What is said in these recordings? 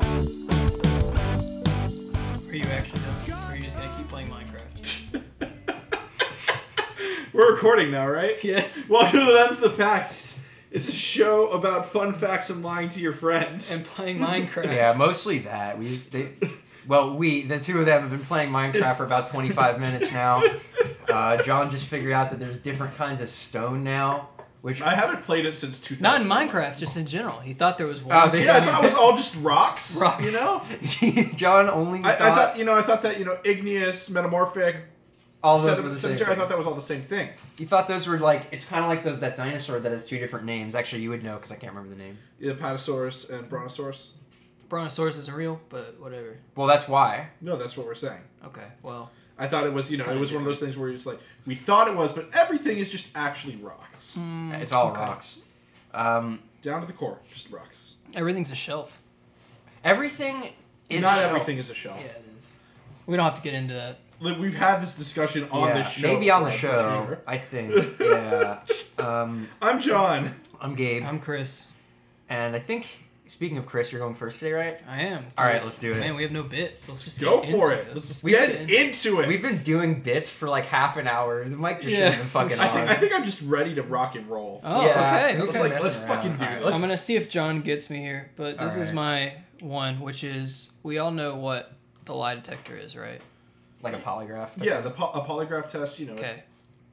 recording now, right? Yes. Welcome to the That's the Facts. It's a show about fun facts and lying to your friends. And playing Minecraft. Yeah, mostly that. We, they, well, we, the two of them, have been playing Minecraft for about 25 minutes now. Uh, John just figured out that there's different kinds of stone now, which I haven't played it since 2000. Not in Minecraft, just in general. He thought there was one. Oh, they- Yeah, I thought it was all just rocks. Rocks. You know, John only I, I thought, thought you know I thought that you know igneous, metamorphic, all those were sediment- the same. sedentary. I Thing. thought that was all the same thing. you thought those were like it's kind of like those, that dinosaur that has two different names. Actually, you would know because I can't remember the name. Yeah, Patasaurus and Brontosaurus. Brontosaurus isn't real, but whatever. Well, that's why. No, that's what we're saying. Okay, well, I thought it was you It's know it kinda was one of those things where it's like we thought it was, but everything is just actually rocks Mm. it's all okay. rocks. Um, down to the core, just rocks. everything's a shelf. everything is Not a shell. everything is a shelf. Yeah, it is. We don't have to get into that. Like, We've had this discussion on yeah, this show. maybe on the before, I'm show. sure. I think. Yeah. Um, I'm John. I'm Gabe. I'm Chris. And I think, speaking of Chris, you're going first today, right? I am. All right, let's do it. Man, we have no bits. Let's just Go get for into it. Let's just We get did. into it. We've been doing bits for like half an hour. The mic just Yeah. shouldn't have been fucking I think, on. I think I'm just ready to rock and roll. Oh, Yeah, okay. who It's kinda like, messing let's fucking do All it. Let's- I'm gonna see if John gets me here, but this All is my one, which is we all know what the lie detector is, right? Like a polygraph. type- Yeah, the po- a polygraph test, you know, Okay.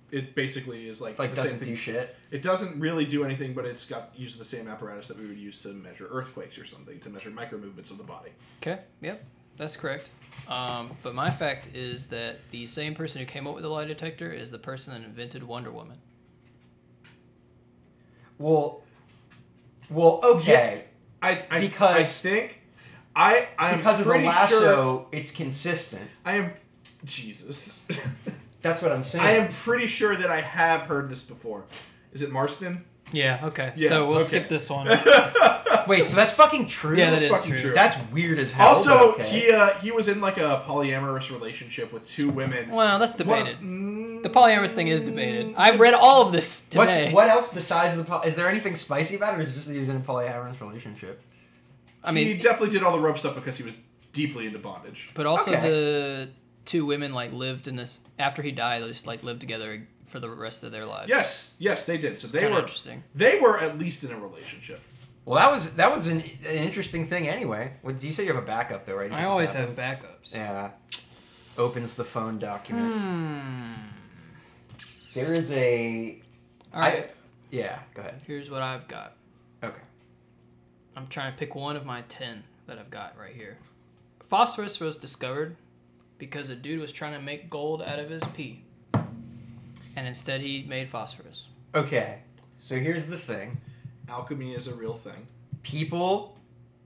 it basically is like, Like the same doesn't thing. do shit. It doesn't really do anything, but it's got uses the same apparatus that we would use to measure earthquakes or something to measure micro movements of the body. Okay. Yep. That's correct. Um, but my fact is that the same person who came up with the lie detector is the person that invented Wonder Woman. Well, well, okay. I, I I Because- think I I'm because of the pretty lasso, sure it's consistent. I am Jesus. That's what I'm saying. I am pretty sure that I have heard this before. Is it Marston? Yeah. Okay. Yeah, so we'll okay. skip this one. Wait, so that's fucking true. Yeah, that is It's fucking true. true. That's weird as hell. Also, but okay. he uh, he was in like a polyamorous relationship with two women. mm, well, that's debated. One- The polyamorous thing is debated. I read all of this What's today. what else besides the? Poly- is there anything spicy about it, or is it just that he was in a polyamorous relationship? I he mean, definitely did all the rope stuff because he was deeply into bondage. but also okay. the two women like lived in this after he died. They just like lived together for the rest of their lives. Yes, yes, they did. So they kinda were interesting. They were at least in a relationship. Well, that was that was an, an interesting thing anyway. What, you said you have a backup though, right? I This always happened. have backups. Yeah. Opens the phone document. Hmm. There is a. All right. Yeah. Go ahead. Here's what I've got. Okay. I'm trying to pick one of my 10 that I've got right here. Phosphorus was discovered because a dude was trying to make gold out of his pee. And instead he made phosphorus. Okay. So here's the thing. Alchemy is a real thing. People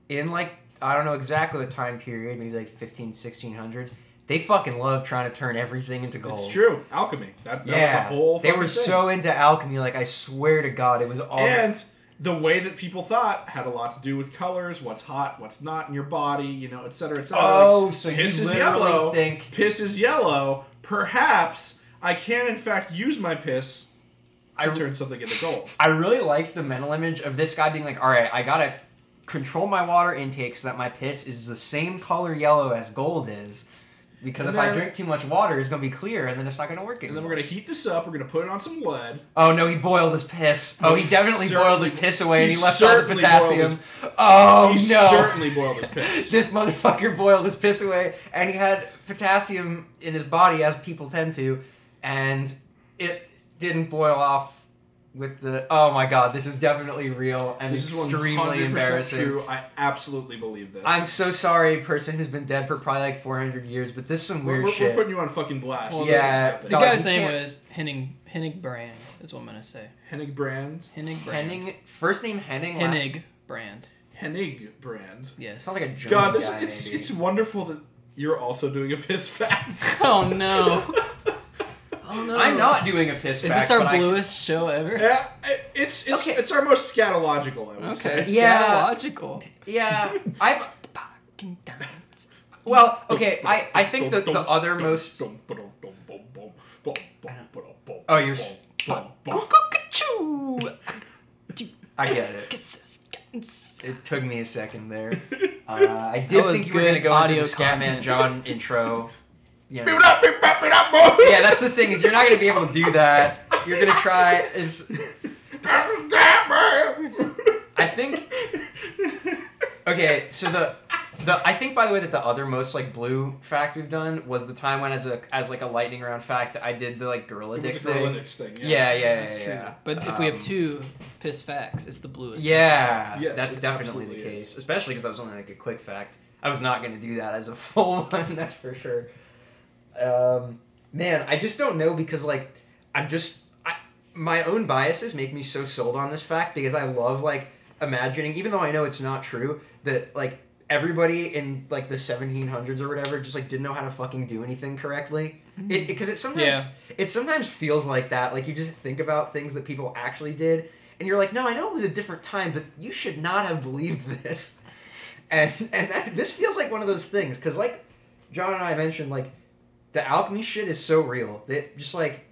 in like I don't know exactly the time period, maybe like 15, 1600s. They fucking love trying to turn everything into gold. It's true. Alchemy. That, that Yeah. was the whole they fucking were thing. so into alchemy. Like I swear to God, it was all. And the way that people thought had a lot to do with colors, what's hot, what's not in your body, you know, et cetera, et cetera. oh, so you piss is literally yellow. think Piss is yellow. Perhaps I can, in fact, use my piss to I- turn something into gold. I really like the mental image of this guy being like, all right, I gotta control my water intake so that my piss is the same color yellow as gold is. Because And if I then- drink too much water, it's gonna be clear, and then it's not gonna work And then anymore. we're gonna heat this up. We're gonna put it on some lead. Oh no, he boiled his piss. Oh, he He definitely boiled his certainly- piss away, and he he left all the certainly boiled potassium. Oh he no! certainly boiled his piss. this motherfucker boiled his piss away, and he had potassium in his body, as people tend to, and it didn't boil off with the. Oh my god, this is definitely real and This is extremely 100% embarrassing. True. I absolutely believe this. I'm so sorry, person who's been dead for probably like 400 years, but this is some We're, weird we're- we're shit. putting you on fucking blast. Well, This yeah, happened. The Dog, guy's you name can't- was Henning Hennig Brand is what I'm gonna say. Hennig brand. Hennig Brand. Henning, first name Henning, last name. Hennig Brand. Hennig brand. Yes. Sounds like a German God, this, guy, it's maybe. it's wonderful that you're also doing a piss fact. oh no. oh no. I'm not doing a piss Is fact, this our but I- bluest show ever? Yeah, it- it's it's Okay. it's our most scatological. I would Okay. say. Yeah. Scatological. yeah, I've Fucking damn. well, okay. I I think that the other most. Oh, you're s- Cuckoo-ca-choo. I get it. Kisses. It took me a second there. Uh, I did was think you were going to good go into audio the Scatman content. John intro. You Beep know. it up, beep it up, beep it up, boy. Yeah, that's the thing is you're not going to be able to do that. you're gonna try is I think okay. So the the I think by the way that the other most like blue fact we've done was the time when as a as like a lightning round fact I did the like gorilla It was dick a thing. Linux thing. Yeah, yeah, yeah, That's yeah, true. yeah. But if we have Um, two piss facts, it's the bluest. Yeah, Yes, that's it definitely the absolutely case. is. Especially because that was only like a quick fact. I was not going to do that as a full one. That's for sure. Um, man, I just don't know because like I'm just I, my own biases make me so sold on this fact because I love like imagining, even though I know it's not true, that like everybody in like the 1700s or whatever just like didn't know how to fucking do anything correctly. It because it sometimes Yeah. it sometimes feels like that. Like you just think about things that people actually did, and you're like, no, I know it was a different time, but you should not have believed this. And and that, this feels like one of those things because like John and I mentioned, like the alchemy shit is so real that just like.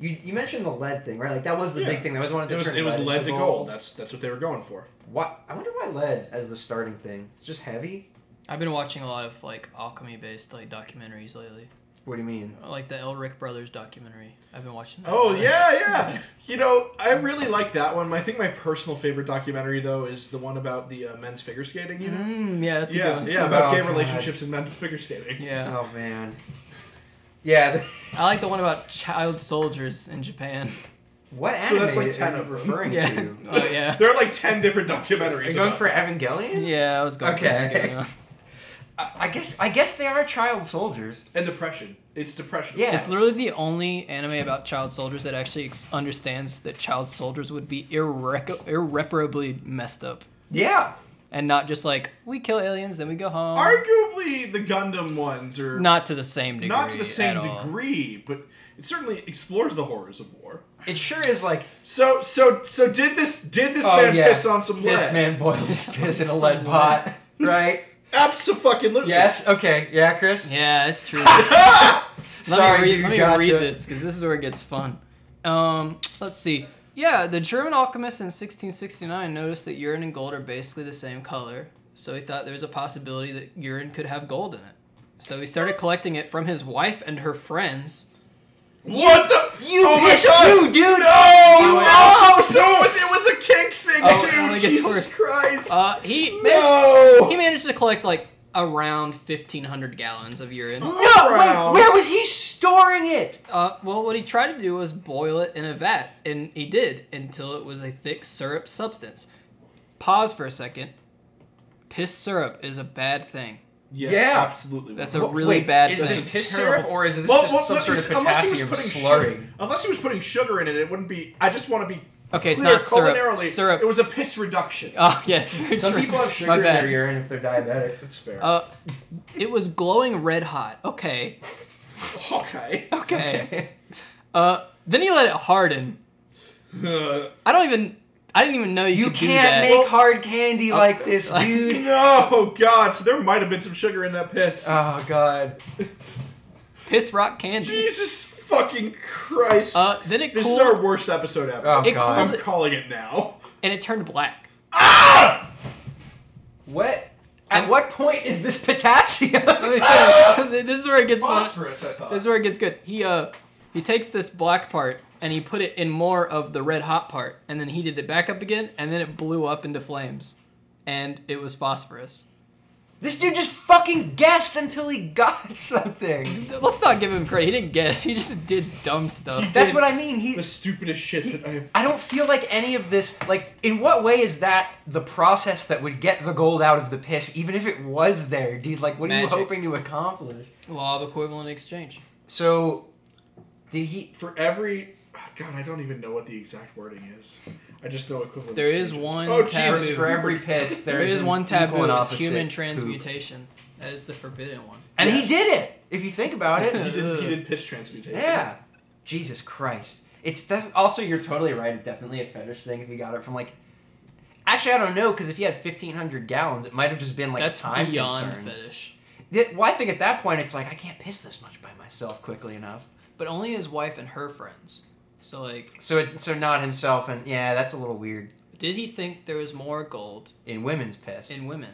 You, you mentioned the lead thing, right? Like that was the Yeah. big thing. That was one of the It was, turning it was lead to into gold. That's that's what they were going for. What I wonder why lead as the starting thing. It's just heavy. I've been watching a lot of like alchemy based like documentaries lately. What do you mean? Like the Elric Brothers documentary. I've been watching that. Oh yeah, yeah. You know, I really like that one. I think my personal favorite documentary though is the one about the uh, men's figure skating. You know, Mm-hmm. Mm, yeah, that's a good yeah, one. yeah, too. about Oh, gay God. relationships and men's figure skating. Yeah. Oh man. Yeah. th- I like the one about child soldiers in Japan. What anime? So that's like are 10 you of them. referring Yeah. to. Oh yeah. There are like ten different documentaries. Are you going about for Evangelion? Yeah, I was going. for that Okay. going on. I, I guess I guess they are child soldiers. and depression. It's depression. Yeah. It's literally the only anime about child soldiers that actually ex- understands that child soldiers would be irre- irreparably messed up, Yeah. and not just like we kill aliens, then we go home. Arguably, the Gundam ones are not to the same degree. not to the at same all. degree, but it certainly explores the horrors of war. It sure is like So, so, so did this did this oh man yeah, piss on some this lead? man boiled his piss in a Some lead. lead pot, right? Absolutely. Yes. Okay. Yeah, Chris. Yeah, it's true. Sorry, let me read, dude. let me gotcha. read this because this is where it gets fun. Um, let's see. Yeah, the German alchemist in 1669 noticed that urine and gold are basically the same color, so he thought there was a possibility that urine could have gold in it. So he started collecting it from his wife and her friends. What the? You oh my pissed God. too, dude. No! Oh, You no! also So it was, pissed. it was a kink thing Oh, it too. only gets Jesus worse. Christ. Uh, he managed, he no. managed to collect like around 1500 gallons of urine. No. Brown. Wait. Where was he storing it? Uh, well, what he tried to do was boil it in a vat, and he did until it was a thick syrup substance. Pause for a second. Piss syrup is a bad thing. Yeah, Yeah. absolutely. That's was. a Wha- really wait, bad Is thing. this piss Terrible. syrup or is this Well, just well, some unless- sort of unless he potassium was putting slurry? sugar- Unless he was putting sugar in it, it wouldn't be. I just want to be. Okay, it's clear, not syrup. culinarily, Syrup. It was a piss reduction. oh yes, very Some true. people have sugar My in bad. their urine if they're diabetic. That's fair. Uh, it was glowing red hot. Okay, Oh. okay. okay. Uh, then he let it harden. Uh, I don't even. I didn't even know you, You could can't do that. make hard candy Oh, like this, like- dude. no, God. So there might have been some sugar in that piss. Oh god. Piss rock candy. Jesus fucking Christ. Uh, then it this cooled is our worst episode ever. Oh It god. I'm calling it now. and it turned black. Ah! What? At what point is this potassium? Let me finish. this is where it gets fun. Phosphorus, I thought. This is where it gets good. He uh he takes this black part and he put it in more of the red hot part and then heated it back up again and then it blew up into flames. And it was phosphorus. this dude just fucking guessed until he got something. Let's not give him credit. He didn't guess. He just did dumb stuff. That's what I mean. He the stupidest shit that I have. I don't feel like any of this like in what way is that the process that would get the gold out of the piss even if it was there, dude? Like what Magic. are you hoping to accomplish? Law of equivalent exchange. So did he For every. ah, God, I don't even know what the exact wording is. I just know equivalent. There is exchanges. one Oh, taboo. Jesus. for every piss There is an one taboo. equal and It's opposite human poop. transmutation. That is the forbidden one. And he Yes. did it. If you think about He it, did, he did piss transmutation. yeah. Jesus Christ. It's def- also you're totally right. It's definitely a fetish thing. If you got it from like, actually, I don't know because if you had fifteen hundred gallons, it might have just been like That's a time beyond concern. fetish. Th- well, I think at that point it's like I can't piss this much by myself quickly enough. But only his wife and her friends. So like, So it so not himself and yeah, that's a little weird did he think there was more gold in women's piss. in women?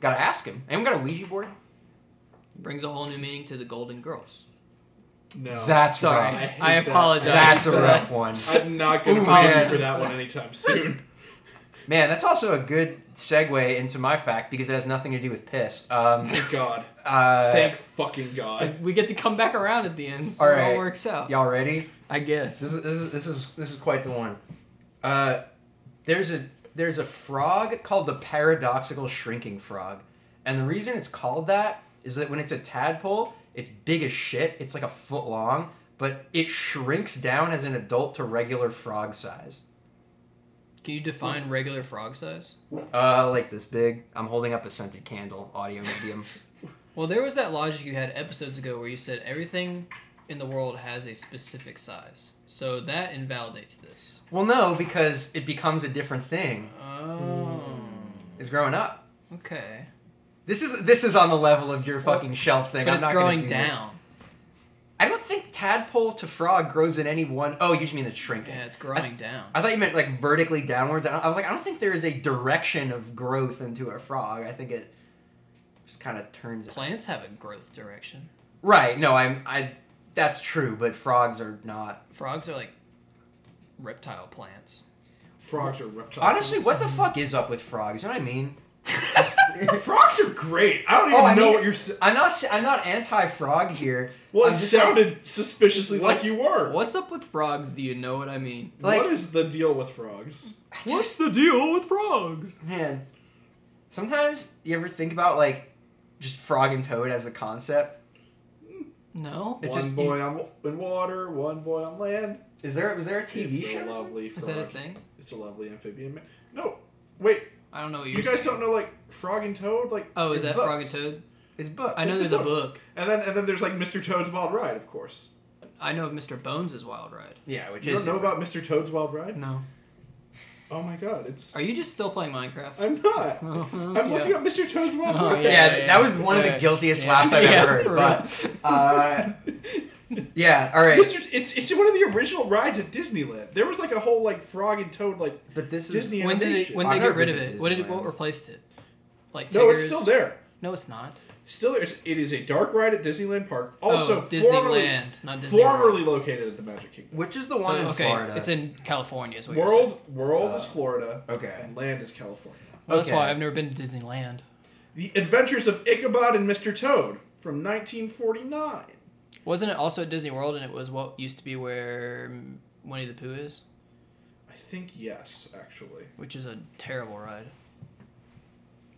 gotta ask him. Anyone got a Ouija board? brings a whole new meaning to the Golden Girls. No. That's Sorry, rough. hate I that. apologize. That's a for that. rough one. I'm not going Ooh, to forgive man. you for that one anytime soon. Man, that's also a good segue into my fact because it has nothing to do with piss. Um, Thank God. uh, Thank fucking God. But we get to come back around at the end, so All it right. all works out. y'all ready? I guess. This is this is this is this is quite the one. Uh, there's a there's a frog called the paradoxical shrinking frog, and the reason it's called that is that when it's a tadpole, it's big as shit. It's like a foot long, but it shrinks down as an adult to regular frog size. Can you define regular frog size? Uh, like this big. I'm holding up a scented candle, audio medium. Well, there was that logic you had episodes ago where you said everything in the world has a specific size. So that invalidates this. well, no, because it becomes a different thing. Hmm. Oh. It's growing up. Okay. This is this is on the level of your fucking shelf thing. But I'm it's not gonna growing do that. down. I don't think tadpole to frog grows in any one oh you just mean the shrinking. Yeah, it's growing down. I thought you meant like vertically downwards. I, don't, I was like, I don't think there is a direction of growth into a frog. I think it just kind of turns. Plants have a growth direction. Right? No, I'm. I. That's true, but frogs are not. Frogs are like reptile plants. Frogs are reptiles. Honestly, what the fuck is up with frogs? You know what I mean? Frogs are great. I don't even Oh, I know mean- what you're. s I'm not. I'm not anti-frog here. well, I'm it just sounded suspiciously like What's- you were. What's up with frogs? Do you know what I mean? Like- what is the deal with frogs? like, I What's the deal with frogs? Man, sometimes you ever think about like just frog and toad as a concept? No. It one just- boy on in water, one boy on land. Is there was there a TV it's show? a or something? lovely frog. Is that a thing? It's a lovely amphibian. ma- No, wait. I don't know what you you're guys saying. don't know like frog and toad, like Oh, is It's that books. Frog and Toad? It's books. I know there's a book. and then and then there's like Mr. Toad's Wild Ride, of course. I know of Mr. Bones' Wild Ride. Yeah, which You is don't know about Mr. Toad's Wild Ride? No. Oh my god, it's Are you just still playing Minecraft? Oh, I'm not. I'm looking Yeah. up Mr. Toad's Wild Oh, Ride. Yeah, Yeah, th- yeah, that was one of yeah. the guiltiest Yeah. laughs I've Yeah, ever heard. right. But uh, yeah, all right. Mr. It's it's one of the original rides at Disneyland. There was like a whole like frog and toad like But this is Disney when did it, animation. when I've they never get rid of been to it? What did it, what Disneyland. replaced it? Like no, it's Tigger's- still there. No, it's not. Still there. It's, it is a dark ride at Disneyland Park. Also, oh, formerly- Disneyland, not Disney formerly World. located at the Magic Kingdom. which is the So, one in okay, Florida. it's in California. Is what you're saying. World world is Oh. Florida. Okay. And land is California. Well, That's why Okay. I've never been to Disneyland. The Adventures of Ichabod and Mr. Toad from 1949. Wasn't it also at Disney World, and it was what used to be where mm, Winnie the Pooh is, I think yes, actually. which is a terrible ride.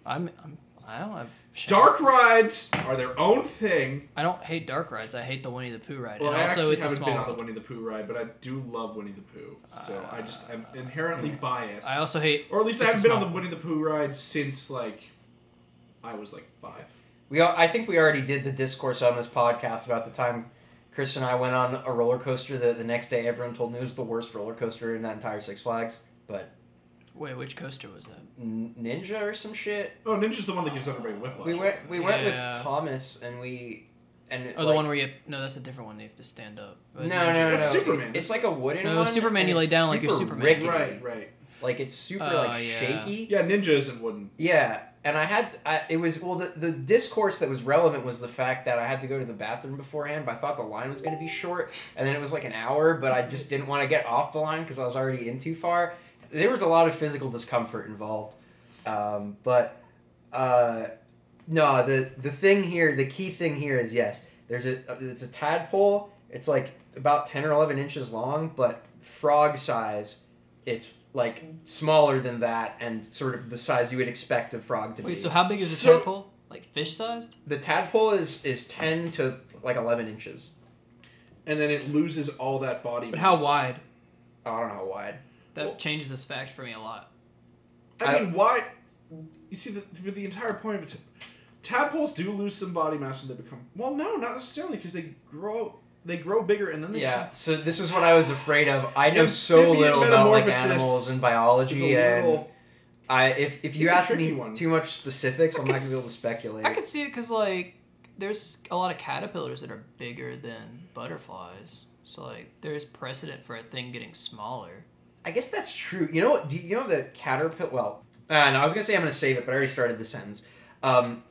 I'm, I'm I don't have shame. Dark rides are their own thing. I don't hate dark rides. I hate the Winnie the Pooh ride, Well, and I also actually it's a haven't small. been on the world. Winnie the Pooh ride, but I do love Winnie the Pooh, so I just I'm inherently biased. I also hate. or at least I it's a haven't been on small the Winnie the Pooh ride since like I was like five. we all, I think we already did the discourse on this podcast about the time Chris and I went on a roller coaster that the next day everyone told me was the worst roller coaster in that entire Six Flags. But Wait, which coaster was that? N- Ninja or some shit. Oh, Ninja's the one that gives everybody whiplash. We went we went Yeah. with Thomas and we and Oh, the like- one where you have no, that's a different one. You have to stand up. no, Isn't no, it- no, no. That's Superman. It's like a wooden No, one. Superman, and you lay it's down like you're super Superman. rickety. Right, right. Like it's super Oh, like yeah. shaky. Yeah, Ninja isn't wooden. Yeah, and I had to, I, it was well the the discourse that was relevant was the fact that I had to go to the bathroom beforehand. But I thought the line was going to be short, and then it was like an hour. But I just didn't want to get off the line because I was already in too far. There was a lot of physical discomfort involved, um, but uh, no, the the thing here, the key thing here is yes, there's a uh, it's a tadpole. It's like about ten or eleven inches long, but frog size. It's like smaller than that, and sort of the size you would expect a frog to be. Wait, so how big is the So- tadpole? Like fish sized? the tadpole is is ten to like eleven inches. And then it loses all that body. But how mass. wide? Oh, I don't know how wide. That Well- changes this fact for me a lot. I, I- mean, why? You see, the, the, the entire point of it, tadpoles do lose some body mass when they become. Well, no, not necessarily because they grow. They grow bigger and then they Yeah. So this is what I was afraid of. I know so Amphibian little about like metamorphosis animals and It's a biology, and little- I if if you it's a ask me tricky one. too much specifics, I'm I could not gonna be able to s- speculate. I could see it because like there's a lot of caterpillars that are bigger than butterflies. So like there's precedent for a thing getting smaller. I guess that's true. You know what? Do you know the caterpillar? Well, uh, no, I was gonna say I'm gonna save it, but I already started the sentence. Um,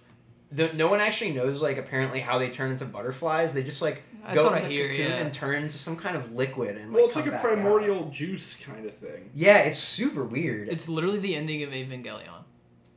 the, no one actually knows like apparently how they turn into butterflies. They just like That's go what I in the hear. cocoon Yeah. and turn into some kind of liquid and Well, like, it's like come a back out. primordial juice kind of thing. Yeah, it's super weird. It's literally the ending of Evangelion.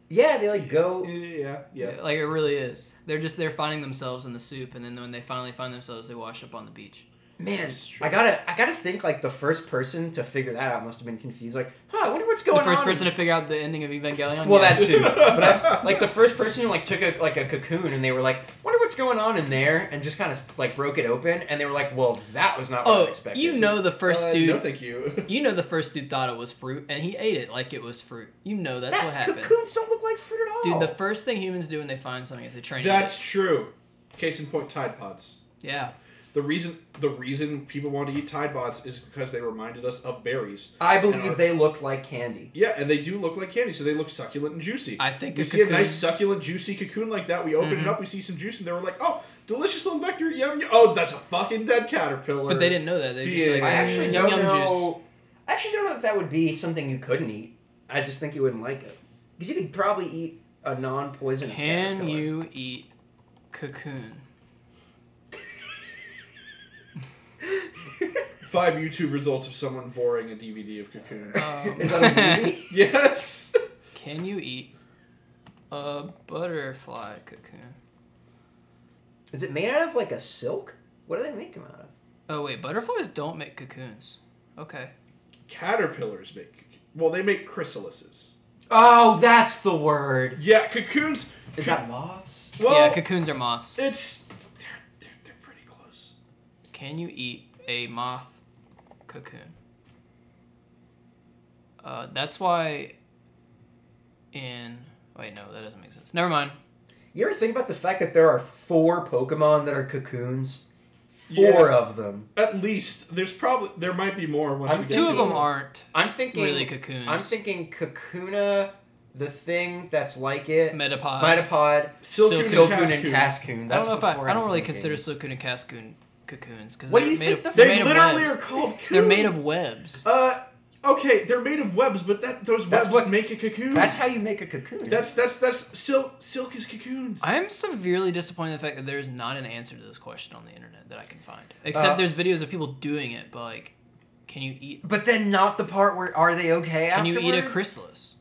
yeah, they like go. Yeah, yeah, yeah. Like it really is. They're just they're finding themselves in the soup, and then when they finally find themselves, they wash up on the beach. Man, It's true. I gotta, I gotta think like the first person to figure that out must have been confused. Like, huh, I wonder what's going the first on. person to figure out the ending of Evangelion. Well, yes. that's too. But I, like the first person who like took a like a cocoon and they were like, wonder what's going on in there, and just kind of like broke it open, and they were like, well, that was not what I oh, expected. you know the first Uh, dude. No, thank you. You know the first dude thought it was fruit, and he ate it like it was fruit. You know that's that what happened. cocoons don't look like fruit at all. Dude, the first thing humans do when they find something is they try and eat That's true. Case in point, Tide Pods. it. Yeah. The reason the reason people want to eat Tide Pods is because they reminded us of berries. I and our- believe they looked like candy. Yeah, and they do look like candy, so they look succulent and juicy. I think we a see cocoon, a nice succulent, juicy cocoon like that. We open Mhm. it up, we see some juice, and they were like, "Oh, delicious little nectar, yum yum." Oh, that's a fucking dead caterpillar. but they didn't know that. They just Yeah. like I actually Mm, yum don't yum juice. know. I actually don't know if that would be something you couldn't eat. I just think you wouldn't like it because you could probably eat a non-poisonous. Can caterpillar. you eat cocoon? Five YouTube results of someone voring a DVD of Cocoon. Um, Is that a movie? yes. Can you eat a butterfly cocoon? Is it made out of like a silk? What do they make them out of? Oh wait, butterflies don't make cocoons. Okay. Caterpillars make. cocoon- Well, they make chrysalises. Oh, that's the word. Yeah, cocoons. Is that moths? Well, yeah, cocoons are moths. it's they're, they're, they're pretty close. Can you eat a moth cocoon? Uh, that's why. In wait, no, that doesn't make sense. Never mind. You ever think about the fact that there are four Pokemon that are cocoons? Yeah. Four of them. At least there's probably there might be more. Once I'm we get Two to of them aren't I'm thinking. really cocoons. I'm thinking Kakuna, the thing that's like it, Metapod. Mitopod, Silcoon, and Silcoon, and Cascoon. Cascoon. I That's don't know if the I. four I don't I'm really thinking. consider silcoon and cascoon cocoons because What they're do you made think of the- they're They made of literally webs. are called. They're made cocoons. of webs. Uh, okay, they're made of webs, but that those webs That's what- make a cocoon. That's how you make a cocoon. that's that's that's silk. Silk is cocoons. I am severely disappointed in the fact that there is not an answer to this question on the internet that I can find. Except Uh, there's videos of people doing it, but like, can you eat? But then not the part where are they okay Can you eat a afterward? chrysalis?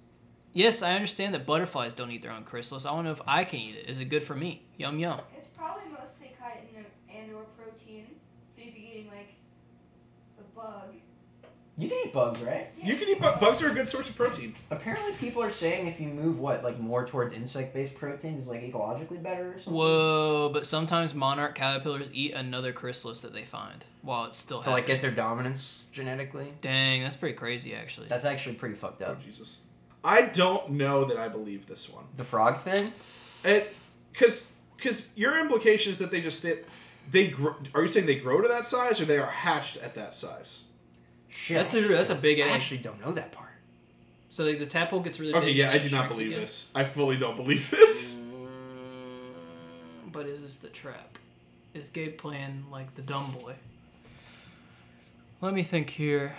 Yes, I understand that butterflies don't eat their own chrysalis. I want to know if I can eat it. Is it good for me? Yum yum. It's probably mostly chitin and or protein, so you'd be eating like the bug. You can eat bugs, right? You can eat bu- bugs are a good source of protein. Apparently, people are saying if you move what like more towards insect-based proteins, like ecologically better or something. Whoa! But sometimes monarch caterpillars eat another chrysalis that they find while it's still to like happening. get their dominance genetically. Dang, that's pretty crazy, actually. That's actually pretty fucked Oh up. Jesus! I don't know that I believe this one. The frog thing. It because because your implication is that they just did. They grow, are you saying they grow to that size or they are hatched at that size? Shit. That's a- that's a big I egg. actually don't know that part. so like the tadpole gets really Okay, big. yeah, I and do not shrinks believe again. this. I fully don't believe this. Mm, But is this the trap? Is Gabe playing like the dumb boy? Let me think here.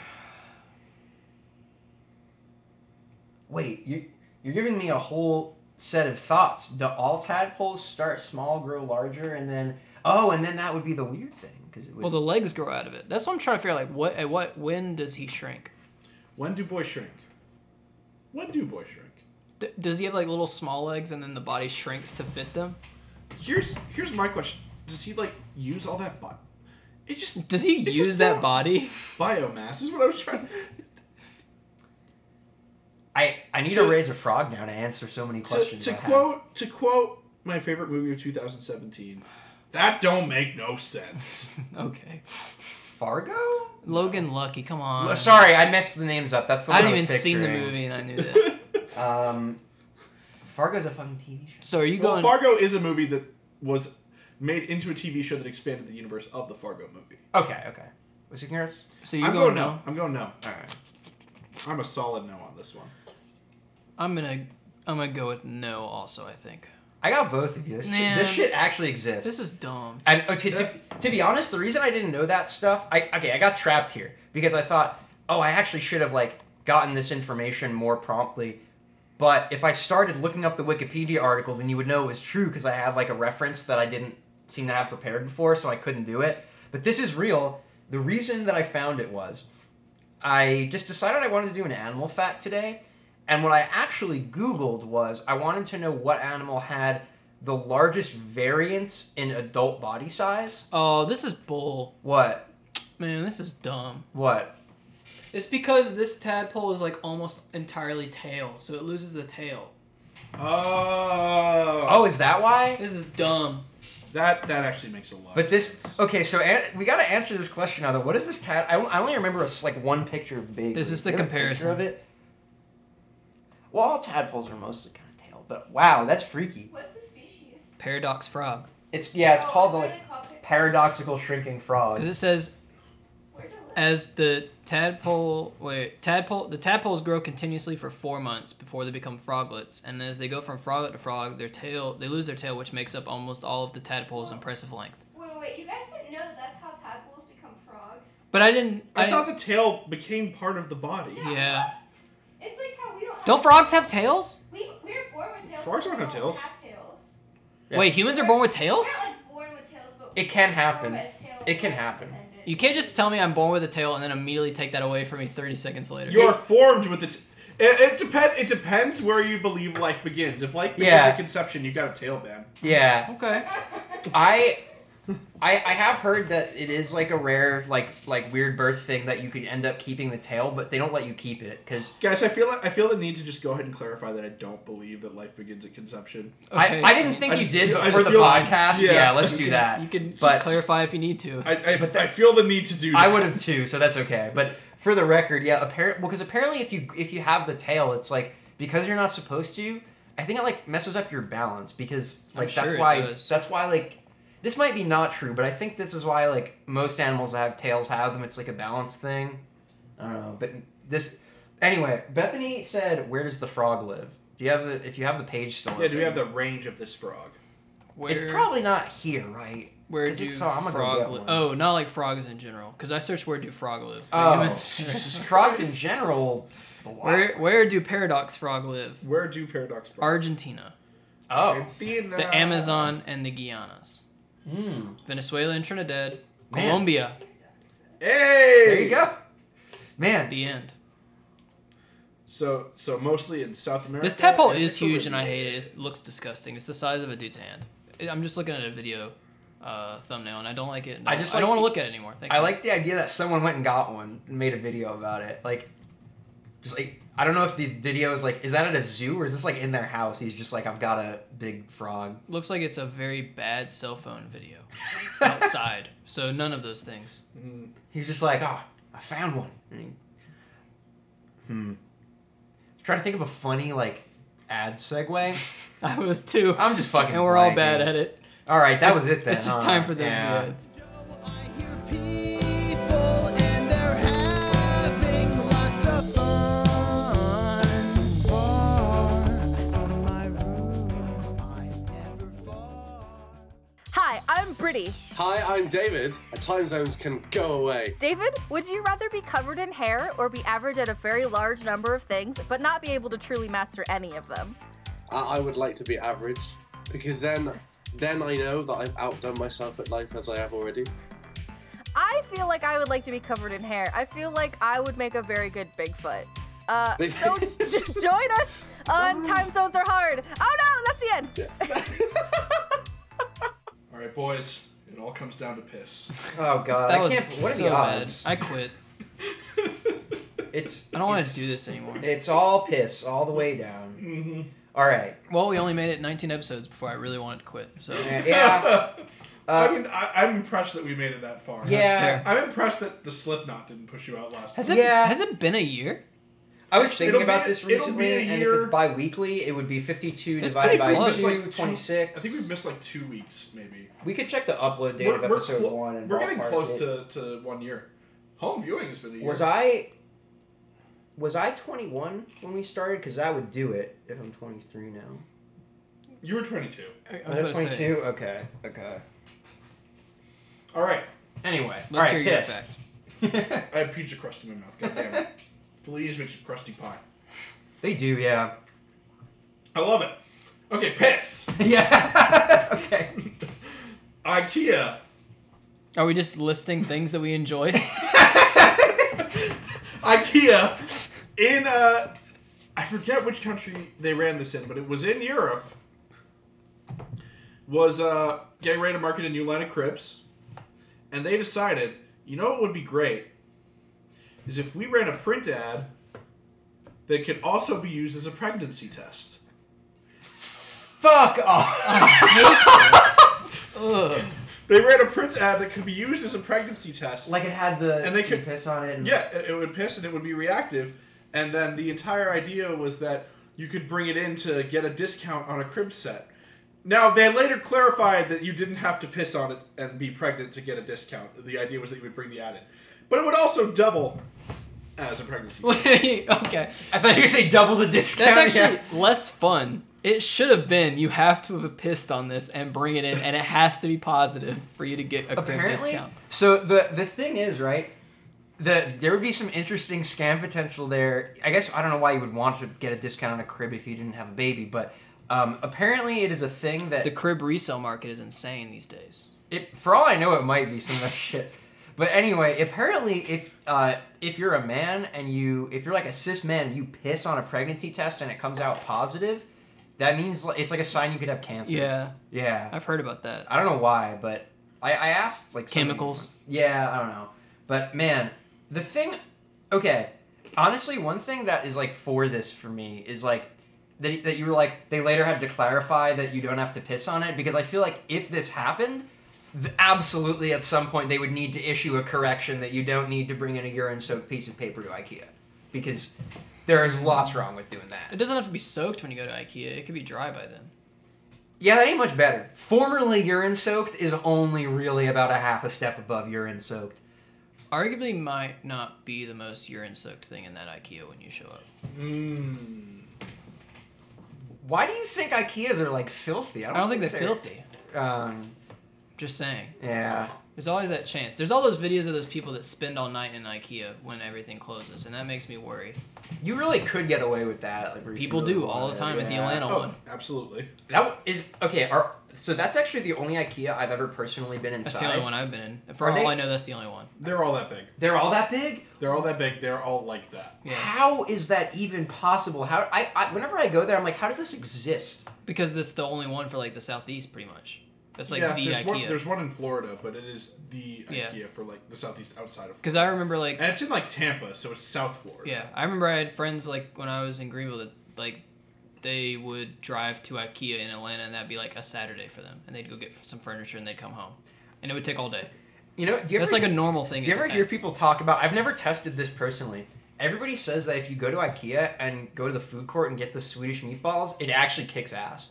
Wait, you you're giving me a whole set of thoughts. Do all tadpoles start small, grow larger, and then oh, and then that would be the weird thing because it would. Well, the legs grow out of it. That's what I'm trying to figure out. Like, what? At what? When does he shrink? When do boys shrink? When do boys shrink? D- does he have like little small legs and then the body shrinks to fit them? Here's here's my question. Does he like use all that bi- It just Does he it just use that don't- body? biomass? Is what I was trying. I I need to raise a frog now to answer so many to, questions. to I have. quote to quote my favorite movie of 2017. That don't make no sense. okay. Fargo. Logan Lucky, come on. Oh, sorry, I messed the names up. That's the Um, I one I hadn't even was seen the picturing. movie and I knew that. Um, Fargo's a fucking TV show. So are you well, going? Fargo is a movie that was made into a TV show that expanded the universe of the Fargo movie. Okay, okay. Was it yours? so you I'm going? going No. no. I'm going no. All right. I'm a solid no on this one. I'm gonna. I'm gonna go with no. Also, I think I got both of you. This, shit, Man. this shit actually exists. this is dumb. And oh, to, to, to be honest, the reason I didn't know that stuff, I okay, I got trapped here because I thought, oh, I actually should have like gotten this information more promptly. But if I started looking up the Wikipedia article, then you would know it was true because I had like a reference that I didn't seem to have prepared before, so I couldn't do it. But this is real. The reason that I found it was I just decided I wanted to do an animal fact today. And what I actually Googled was I wanted to know what animal had the largest variance in adult body size. Oh, this is bull. What? Man, this is dumb. What? It's because this tadpole is like almost entirely tail, so it loses the tail. Oh, Oh, is that why? This is dumb. that that actually makes a lot. But of this sense. okay, so an, we got to answer this question now. Though, what is this tat? I, I only remember us like one picture of big. This is the comparison. of it. Well, all tadpoles are mostly kind of tail, but wow, that's freaky. What's the species? Paradox frog. It's yeah, it's Oh, called the what like do they call it? paradoxical shrinking frog. Because it says Where's it live? as the tadpole wait tadpole the tadpoles grow continuously for four months before they become froglets, and as they go from froglet to frog, their tail they lose their tail, which makes up almost all of the tadpole's impressive length. Wait, wait, wait, you guys didn't know that that's how tadpoles become frogs? But I didn't. I, I, thought the tail became part of the body. No, Yeah. what? It's like how we don't. don't have- frogs have tails? We we're born with tails. Frogs but we don't have tails. Have tails. Yeah. Wait, humans are born with tails? We're not, like born with tails, but It can we're happen. born with a tail It can that happen. ended. You can't just tell me I'm born with a tail and then immediately take that away from me 30 seconds later. You are formed with its. It, it depend. It depends where you believe life begins. If life begins Yeah. at conception, you got a tail band. Yeah, okay. I, I, I have heard that it is like a rare, like like weird birth thing that you could end up keeping the tail, but they don't let you keep it because Guys, I feel like, I feel the need to just go ahead and clarify that I don't believe that life begins at conception. Okay. I, I didn't think I you just did feel- but I for just the feel like- podcast. yeah. yeah. let's You do can- that. You can just But- clarify if you need to. I I, But I feel the need to do. That. I would have too, so that's okay. But for the record, yeah, apparent because apparently if you if you have the tail, it's like because you're not supposed to. I think it like messes up your balance because I'm like sure that's it why does. that's why like this might be not true, but I think this is why like most animals that have tails have them. It's like a balance thing. I don't know, but this anyway. Bethany said, "Where does the frog live?" Do you have the if you have the page still? Yeah, do we open? have the range of this frog? where, It's probably not here, right? where 'cause do if so, I'm gonna go frog get live? one. Oh, not like frogs in general. Because I searched where do frog live. Oh, Jesus. frogs in general. the wild where where do paradox frog live? Where do paradox frogs? Argentina, Oh. Athena. the Amazon, and the Guianas. Mm. Venezuela and Trinidad. Man. Colombia. Hey. There you go. Man, The end. So so mostly in South America. This tadpole and is Caribbean. huge, and I hate it. It looks disgusting. It's the size of a dude's hand. I- I'm just looking at a video uh, thumbnail, and I don't like it. and I just I don't want like- to look at it anymore. Thank I you. like the idea that someone went and got one and made a video about it. Like, just like, I don't know if the video is like, is that at a zoo or is this like in their house? He's just like, I've got a big frog. Looks like it's a very bad cell phone video outside. so none of those things. Mm. He's just like, oh, I found one. And he- hmm. trying to think of a funny, like, ad segue. I was too. I'm just fucking. and we're all blanking. bad at it. All right, that It's- was it then. It's just huh? time for them to Yeah. the ads. I hear people and they're having lots of fun. Far from my room, I'm never far. Hi, I'm Brittany. Hi, I'm David. Time zones can go away. David, would you rather be covered in hair or be average at a very large number of things but not be able to truly master any of them? I, I would like to be average because then, then I know that I've outdone myself at life as I have already. I feel like I would like to be covered in hair. I feel like I would make a very good Bigfoot. Uh, so just join us on Time Zones Are Hard. Oh no, that's the end. All right, boys. It all comes down to piss. Oh god, That I was can't. What are so the bad. odds? I quit. It's. I don't want it's- to do this anymore. It's all piss, all the way down. mm-hmm. All right. Well, we only made it 19 episodes before I really wanted to quit. So Yeah. Uh, I mean, I, I'm impressed that we made it that far. fair. yeah. I'm impressed that the Slipknot didn't push you out last. has week. it Yeah. has it been a year? I was Actually, thinking it'll about be- this it'll be recently, a and year- if it's bi-weekly, it would be 52 It's pretty divided by close. We've missed, 2, like, two- 26. I think we've missed like two weeks, maybe. we could check the upload date of we're episode clo- 1. And we're getting ballpark close it. to, to one year. Home viewing has been a year. Was I... Was I 21 when we started? Because I would do it if I'm 23 now. You were 22. I Was was I about to say. 22? Okay. Okay. All right. Anyway. Let's all right, hear your piss. I have pizza crust in my mouth. God damn it. Please make some crusty pie. they do, yeah. I love it. Okay, piss. yeah. okay. IKEA Are we just listing things that we enjoy? IKEA in uh I forget which country they ran this in, but it was in Europe. Was uh getting ready to market a new line of cribs, and they decided, you know what would be great is if we ran a print ad that could also be used as a pregnancy test. Fuck off. Ugh. They ran a print ad that could be used as a pregnancy test. like it had the And they could- you piss on it. And, Yeah, it it would piss and it would be reactive. And then the entire idea was that you could bring it in to get a discount on a crib set. Now, they later clarified that you didn't have to piss on it and be pregnant to get a discount. The idea was that you would bring the ad in. But it would also double as a pregnancy. Wait, okay. I thought you were saying double the discount. That's yeah. actually less fun. It should have been you have to have pissed on this and bring it in, and it has to be positive for you to get a crib apparently. discount. So the the thing is, right? The there would be some interesting scam potential there. I guess I don't know why you would want to get a discount on a crib if you didn't have a baby, but um, apparently it is a thing that The crib resale market is insane these days. it, for all I know, it might be some of that shit. But anyway, apparently, if uh, if you're a man and you if you're like a cis man, you piss on a pregnancy test and it comes out positive, that means like, it's like a sign you could have cancer. Yeah, yeah. I've heard about that. I don't know why, but I, I asked like somebody Chemicals. once. Yeah, I don't know. But man, the thing. Okay, honestly, one thing that is like for this for me is like that that you were like they later had to clarify that you don't have to piss on it because I feel like if this happened. th- Absolutely, at some point they would need to issue a correction that you don't need to bring in a urine-soaked piece of paper to IKEA, because there is lots wrong with doing that. It doesn't have to be soaked when you go to IKEA. It could be dry by then. Yeah, that ain't much better. Formerly urine soaked is only really about a half a step above urine soaked. Arguably, might not be the most urine soaked thing in that IKEA when you show up. Mm. Why do you think IKEAs are like filthy? I don't think they're filthy. Um, Just saying. yeah. There's always that chance. There's all those videos of those people that spend all night in IKEA when everything closes, and that makes me worried. You really could get away with that. Like, if you People really do all the wanted, time at the yeah. Atlanta Oh, one. absolutely. That is okay. Are, so that's actually the only IKEA I've ever personally been inside. That's the only one I've been in. For Are all they- I know, that's the only one. They're all that big. They're all that big. They're all that big. They're all like that. Yeah, How is that even possible? How I, I whenever I go there, I'm like, how does this exist? because that's the only one for like the southeast, pretty much. That's like yeah, the there's One, IKEA. there's one in Florida, but it is the Yeah. IKEA for like the southeast outside of. Because I remember like And it's in like Tampa, so it's South Florida. yeah, I remember I had friends like when I was in Greenville that like they would drive to IKEA in Atlanta, and that'd be like a Saturday for them, and they'd go get some furniture and they'd come home, and it would take all day. You know, do you That's ever like a normal thing. You at the ever time. hear people talk about? I've never tested this personally. Everybody says that if you go to IKEA and go to the food court and get the Swedish meatballs, it actually kicks ass.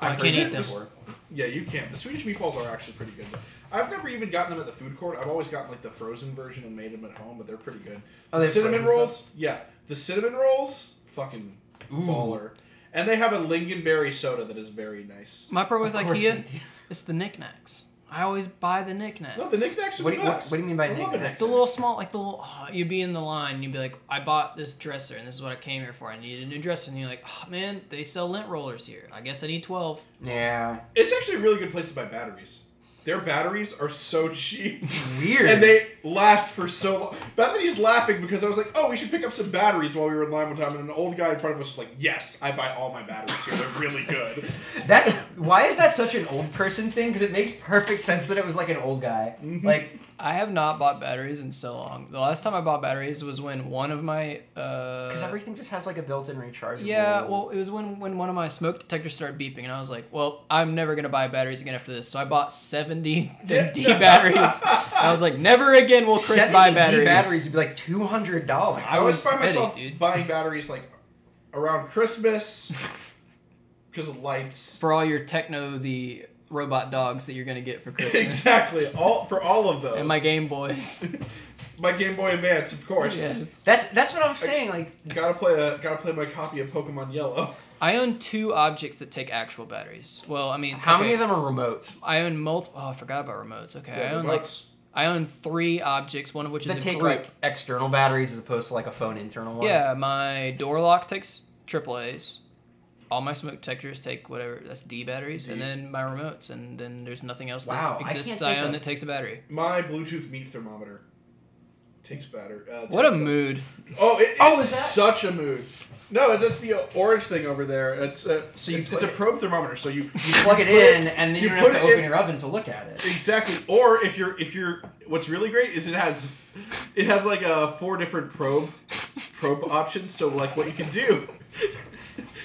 I I've can't heard eat that them. before. Yeah, you can. The Swedish meatballs are actually pretty good. Though. I've never even gotten them at the food court. I've always gotten like the frozen version and made them at home, but they're pretty good. Oh, they the have cinnamon frozen stuff? rolls, yeah, the cinnamon rolls, fucking baller. And they have a lingonberry soda that is very nice. My problem with Of course IKEA they do. It's the knickknacks. I always buy the knickknacks. No, the knickknacks are What the do you- what- best. what do you mean by I love a knickknacks? The little small, like the little, oh, you'd be in the line, you'd be like, I bought this dresser, and this is what I came here for. I need a new dresser. And you're like, oh, man, they sell lint rollers here. I guess I need 12. Yeah, It's actually a really good place to buy batteries. Their batteries are so cheap. weird. And they last for so long. Bethany's laughing because I was like, "Oh, we should pick up some batteries." While we were in line one time, and an old guy in front of us was like, "Yes, I buy all my batteries here. They're really good." That's why is that such an old person thing? Because it makes perfect sense that it was like an old guy. Mm-hmm. Like I have not bought batteries in so long. The last time I bought batteries was when one of my. Uh, because everything just has like a built-in rechargeable. Yeah, well, it was when, when one of my smoke detectors started beeping, and I was like, well, I'm never going to buy batteries again after this. So I bought 70 D batteries. I was like, never again will Chris 70 buy D batteries. batteries would be like two hundred dollars. I always was find ready, myself dude. buying batteries like around Christmas because of lights. For all your techno, the robot dogs that you're going to get for Christmas. exactly, all for all of those. and my Game Boys. my Game Boy Advance, of course. Yes. That's that's what I'm saying. Like Gotta play a gotta play my copy of Pokemon Yellow. I own two objects that take actual batteries. Well, I mean, how okay, many of them are remotes? I own multiple. Oh, I forgot about remotes. Okay, I Yeah, own the like box. I own three objects. One of which is that a take group. like external batteries as opposed to like a phone internal one. yeah, my door lock takes triple A's. all my smoke detectors take whatever that's D batteries, and then my remotes, and then there's nothing else Wow, that I can't exists think I own of- that takes a battery. My Bluetooth meat thermometer takes batter. Uh, What a takes- mood! Oh, it, it's Oh, is that- such a mood. No, that's the uh, orange thing over there. It's a So you it's, put it's a it- probe thermometer. So you, you Plug it in, and then you, you don't put have to it in- open your oven to look at it. Exactly. Or if you're if you're what's really great is it has it has like uh four different probe probe options. So like what you can do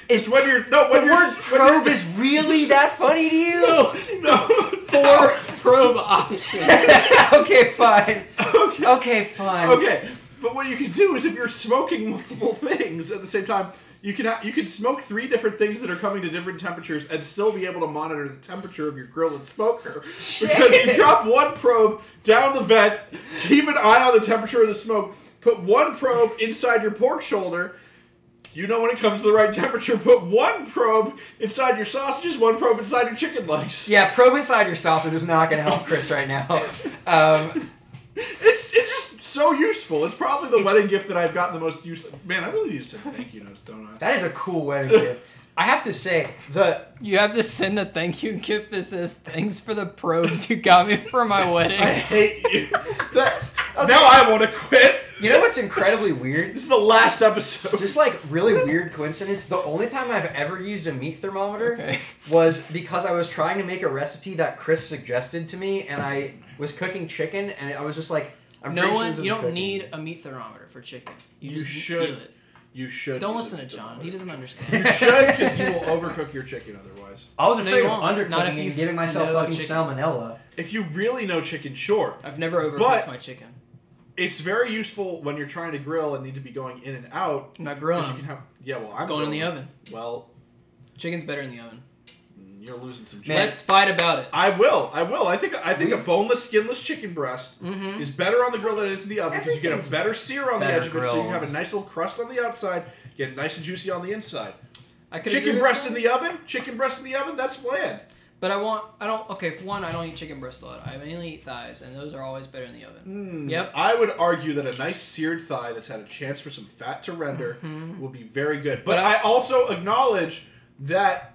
is when you're no The when you're word when you're- probe is really that funny to you? Oh. no Four probe options. okay, fine. okay. Okay, fine. Okay, but what you can do is if you're smoking multiple things at the same time, you can ha- you can smoke three different things that are coming to different temperatures and still be able to monitor the temperature of your grill and smoker. Because you drop one probe down the vent, keep an eye on the temperature of the smoke, put one probe inside your pork shoulder. You know when it comes to the right temperature, put one probe inside your sausages, one probe inside your chicken legs. Yeah, probe inside your sausage is not going to help Chris right now. Um, It's it's just so useful. It's probably the wedding gift that I've gotten the most use. Man, I really need to send thank you notes, don't I? that is a cool wedding gift. I have to say, the You have to send a thank you gift that says thanks for the probes you got me for my wedding. I hate you. the Now I want to quit. you know what's incredibly weird? This is the last episode. Just like really weird coincidence. The only time I've ever used a meat thermometer Okay. was because I was trying to make a recipe that Chris suggested to me, and I was cooking chicken, and I was just like, I'm no pretty one, sure this is you don't cooking. need a meat thermometer for chicken. You, You just should. feel it. you should. Don't do listen to this. John. He doesn't You understand. should because you will overcook your chicken otherwise. I was No, afraid you of won't. Not if undercooking you and giving myself know fucking chicken. salmonella. If you really know chicken, sure. I've never overcooked But- my chicken. It's very useful when you're trying to grill and need to be going in and out. I'm not 'cause grilling. You can have, yeah, well, I'm It's going in the grilling. oven. Well, Chicken's better in the oven. you're losing some. Man. juice. Let's fight about it. I will. I will. I think. I think a boneless, skinless chicken breast Mm-hmm. is better on the grill than it is in the oven because you get a Everything's better sear on the better edge of it, so you grilled. have a nice little crust on the outside, get nice and juicy on the inside. I could agree Chicken with breast that. in the oven, chicken breast in the oven, that's bland. But I want, I don't, okay, for one, I don't eat chicken breast a lot. I mainly eat thighs, and those are always better in the oven. Mm. Yep. Hmm. I would argue that a nice seared thigh that's had a chance for some fat to render will be very good. But Mm-hmm. But I- I also acknowledge that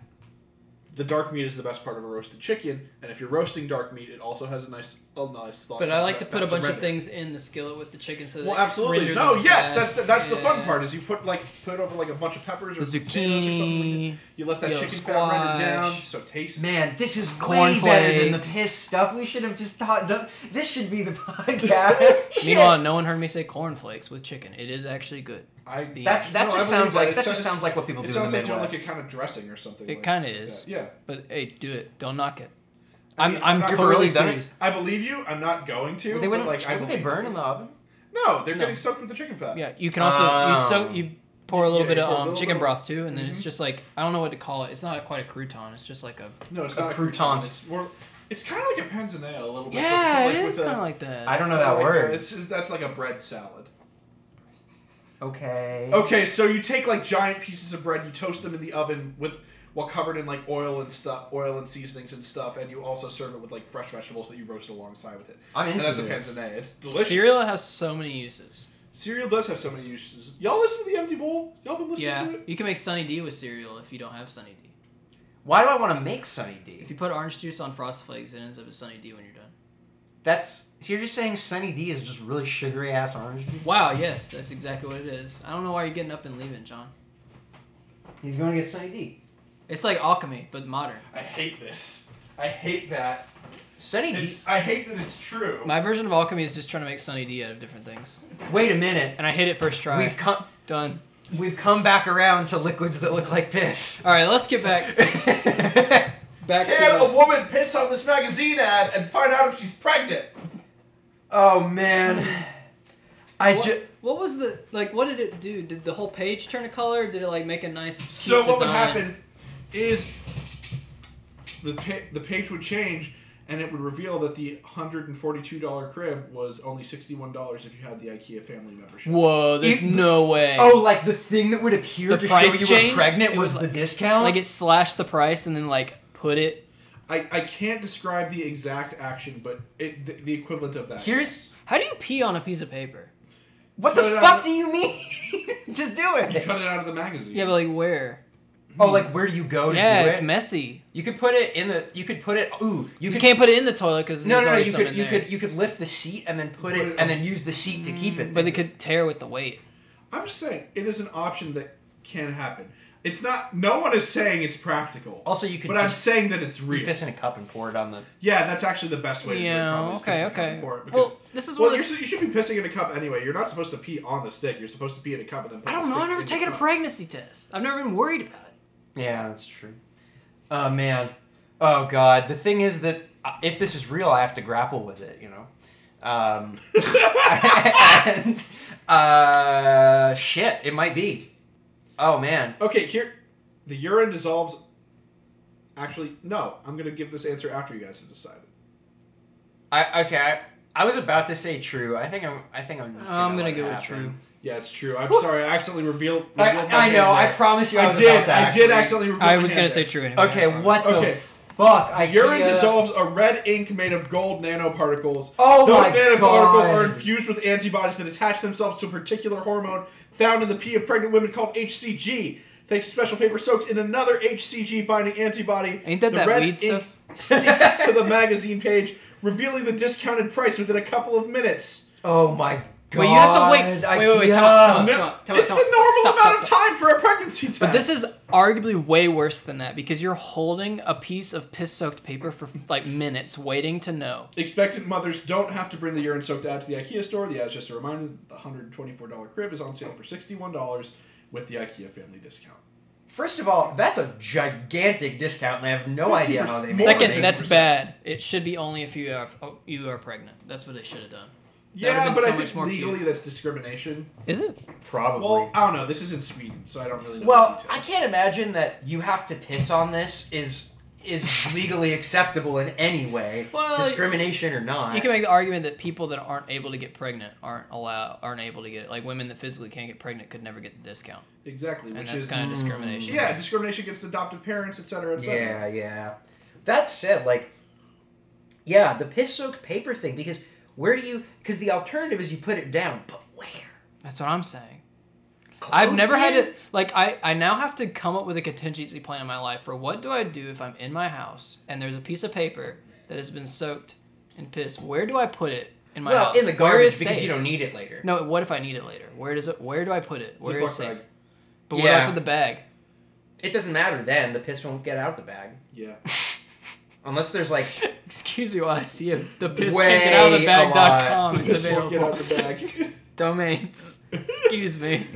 the dark meat is the best part of a roasted chicken, and if you're roasting dark meat, it also has a nice, a nice. thought But I about like to that put fat a bunch of render. things in the skillet with the chicken so that Well, it absolutely. renders No, on yes, fat. that's the, that's the fun Yeah. part is you put like put over like a bunch of peppers or The potatoes or something. zucchini. You let that Yo, chicken fat render down, squash. so tasty. Man, this is way Cornflakes. better than the piss stuff. We should have just taught. Done, this should be the podcast. Shit. Meanwhile, no one heard me say cornflakes with chicken. It is actually good. I, The- That's that No, I just believe sounds that. like It that just sounds- sounds like what people it do in sounds the like doing Midwest. like a kind of dressing or something. It like kinda that. is. Yeah. But hey, do it. Don't knock it. I I'm mean, I'm not You've totally really done it? serious. I believe you. I'm not going to. Well, they but, wouldn't. like. I wouldn't they believe burn you. in the oven? No, they're No. getting soaked with the chicken fat. Yeah, you can also you Oh. soak you pour a little Yeah, bit you of pour a um, little chicken bit of- broth too, and then it's Mhm. just like I don't know what to call it. It's not quite a crouton. It's just like a No, it's A not crouton. It's more. It's kind of like a panzanella a little bit. yeah, but it like is with a- kind of like that. I don't know that like a- word. It's just, that's like a bread salad. Okay. Okay, so you take like giant pieces of bread, you toast them in the oven with while covered in like oil and stuff, oil and seasonings and stuff, and you also serve it with like fresh vegetables that you roasted alongside with it. I'm And into that's a this. panzanella. It's delicious. Cereal has so many uses. Cereal does have so many uses. Y'all listen to the empty bowl? Y'all been listening Yeah, to it? you can make Sunny D with cereal if you don't have Sunny D. Why do I want to make Sunny If D? you put orange juice on Frosted Flakes, it ends up as Sunny D when you're done. That's so you're just saying Sunny D is just really sugary ass orange juice. Wow, yes, that's exactly what it is. I don't know why you're getting up and leaving, John. He's going to get Sunny D. It's like alchemy, but modern. I hate this. I hate that. Sunny D. It's, I hate that it's true. My version of alchemy is just trying to make Sunny D out of different things, Wait a minute. and I hit it first try. We've come done. we've come back around to liquids that look like piss. All right, let's get back back Can to a this. woman piss on this magazine ad and find out if she's pregnant? oh man. I What, just what was the like? What did it do? Did the whole page turn a color? Did it like make a nice? cute So what would design? happen is the pa- the page would change and it would reveal that the hundred and forty two dollar crib was only sixty one dollars if you had the IKEA family membership. Whoa! There's It- no way. Oh, like the thing that would appear The to show price you changed? were pregnant It was, was the like- discount. like it slashed the price and then like put it. I, I can't describe the exact action, but it the, the equivalent of that. Here's- How do you pee on a piece of paper? what the No, no, fuck no. do you mean? just do you it. cut it out of the magazine. Yeah, but like where? Oh, like where do you go to yeah, do it? it's messy. you could put it in the. You could put it. Ooh, you, You, could, can't put it in the toilet because No, there's no, no. already You some could, in you there. could, you could lift the seat and then Put put it, it and then use Mm, the seat to keep it. but there. it could tear with the weight. I'm just saying it is an option that can happen. It's not. No one is saying it's practical. Also, you could but I'm just saying that it's you real. piss in a cup and pour it on the. Yeah, that's actually the best way. Yeah, To do it, probably, is okay, piss in a cup okay. for it, Well, because- this is well, what you're, this- su- you should be pissing in a cup anyway. You're not supposed to pee on the stick. You're supposed to pee in a cup and then. Put I don't know. the stick I've never in the taken a cup. pregnancy test. I've never been worried about it. Yeah, that's true. Oh man. Oh god. The thing is that uh, if this is real, I have to grapple with it. You know. Um, and uh, shit, it might be. Oh man. Okay, here, the urine dissolves. Actually, no. I'm gonna give this answer after you guys have decided. I okay. I, I was about to say true. I think I'm. I think I'm. Just gonna I'm gonna let it go with happen. true. Yeah, it's true. I'm What? sorry. I accidentally revealed. Mm. I, revealed my I hand know. I there. promise you. I, I was did. about to I actually. did accidentally reveal. I my was hand gonna there. say true anyway. I Okay. promise. What Okay. the fuck? I Urine can't- dissolves a red ink made of gold nanoparticles. Oh Those my nanoparticles God. are infused with antibodies that attach themselves to a particular hormone found in the pee of pregnant women called HCG. Thanks to special paper soaked in another HCG binding antibody. Ain't that the that red weed ink sticks to the magazine page, revealing the discounted price within a couple of minutes. Oh my god. Wait, you have to wait. I Wait, wait, wait, can't. time out, time out. No, tell me, it's tell the me. normal Stop, amount stop, of time for a pregnancy test. But this is arguably way worse than that because you're holding a piece of piss-soaked paper for like minutes, waiting to know. Expectant mothers don't have to bring the urine soaked ad to the IKEA store. The ad is just a reminder that the $124 crib is on sale for $61 with the IKEA family discount. First of all, that's a gigantic discount, and I have no idea how they made More than Second, that's 80%. bad. It should be only if you are oh, you are pregnant. That's what they should have done. would've Yeah, been but so I much think more legally cute. that's discrimination. Is it? Probably. Well, Well, I don't know. This is in Sweden, so I don't really know. the I details. can't imagine that you have to piss on this is is legally acceptable in any way, Well, discrimination or not. You can make the argument that people that aren't able to get pregnant aren't allowed aren't able to get it. Like women that physically can't get pregnant could never get the discount, Exactly, and which that's is. kind of discrimination. yeah, discrimination against adoptive parents, etc., etc. yeah, yeah. That said, like, yeah, the piss soaked paper thing because where do you? Because the alternative is you put it down, but where? that's what I'm saying. I've never had it. Like I, I now have to come up with a contingency plan in my life for what do I do if I'm in my house and there's a piece of paper that has been soaked in piss. Where do I put it in my Well, house? in the Where garbage is because you safe? don't need it later. No, what if I need it later? Where does it? Where do I put it? Where Ziploc is safe? bag. But where do I Yeah. put the bag? It doesn't matter then. The piss won't get out of the bag Yeah. unless there's like Excuse me while I see if the piss Way can't get out of the a lot. bag.com is Just won't get out available. the bag. Domains. Excuse me.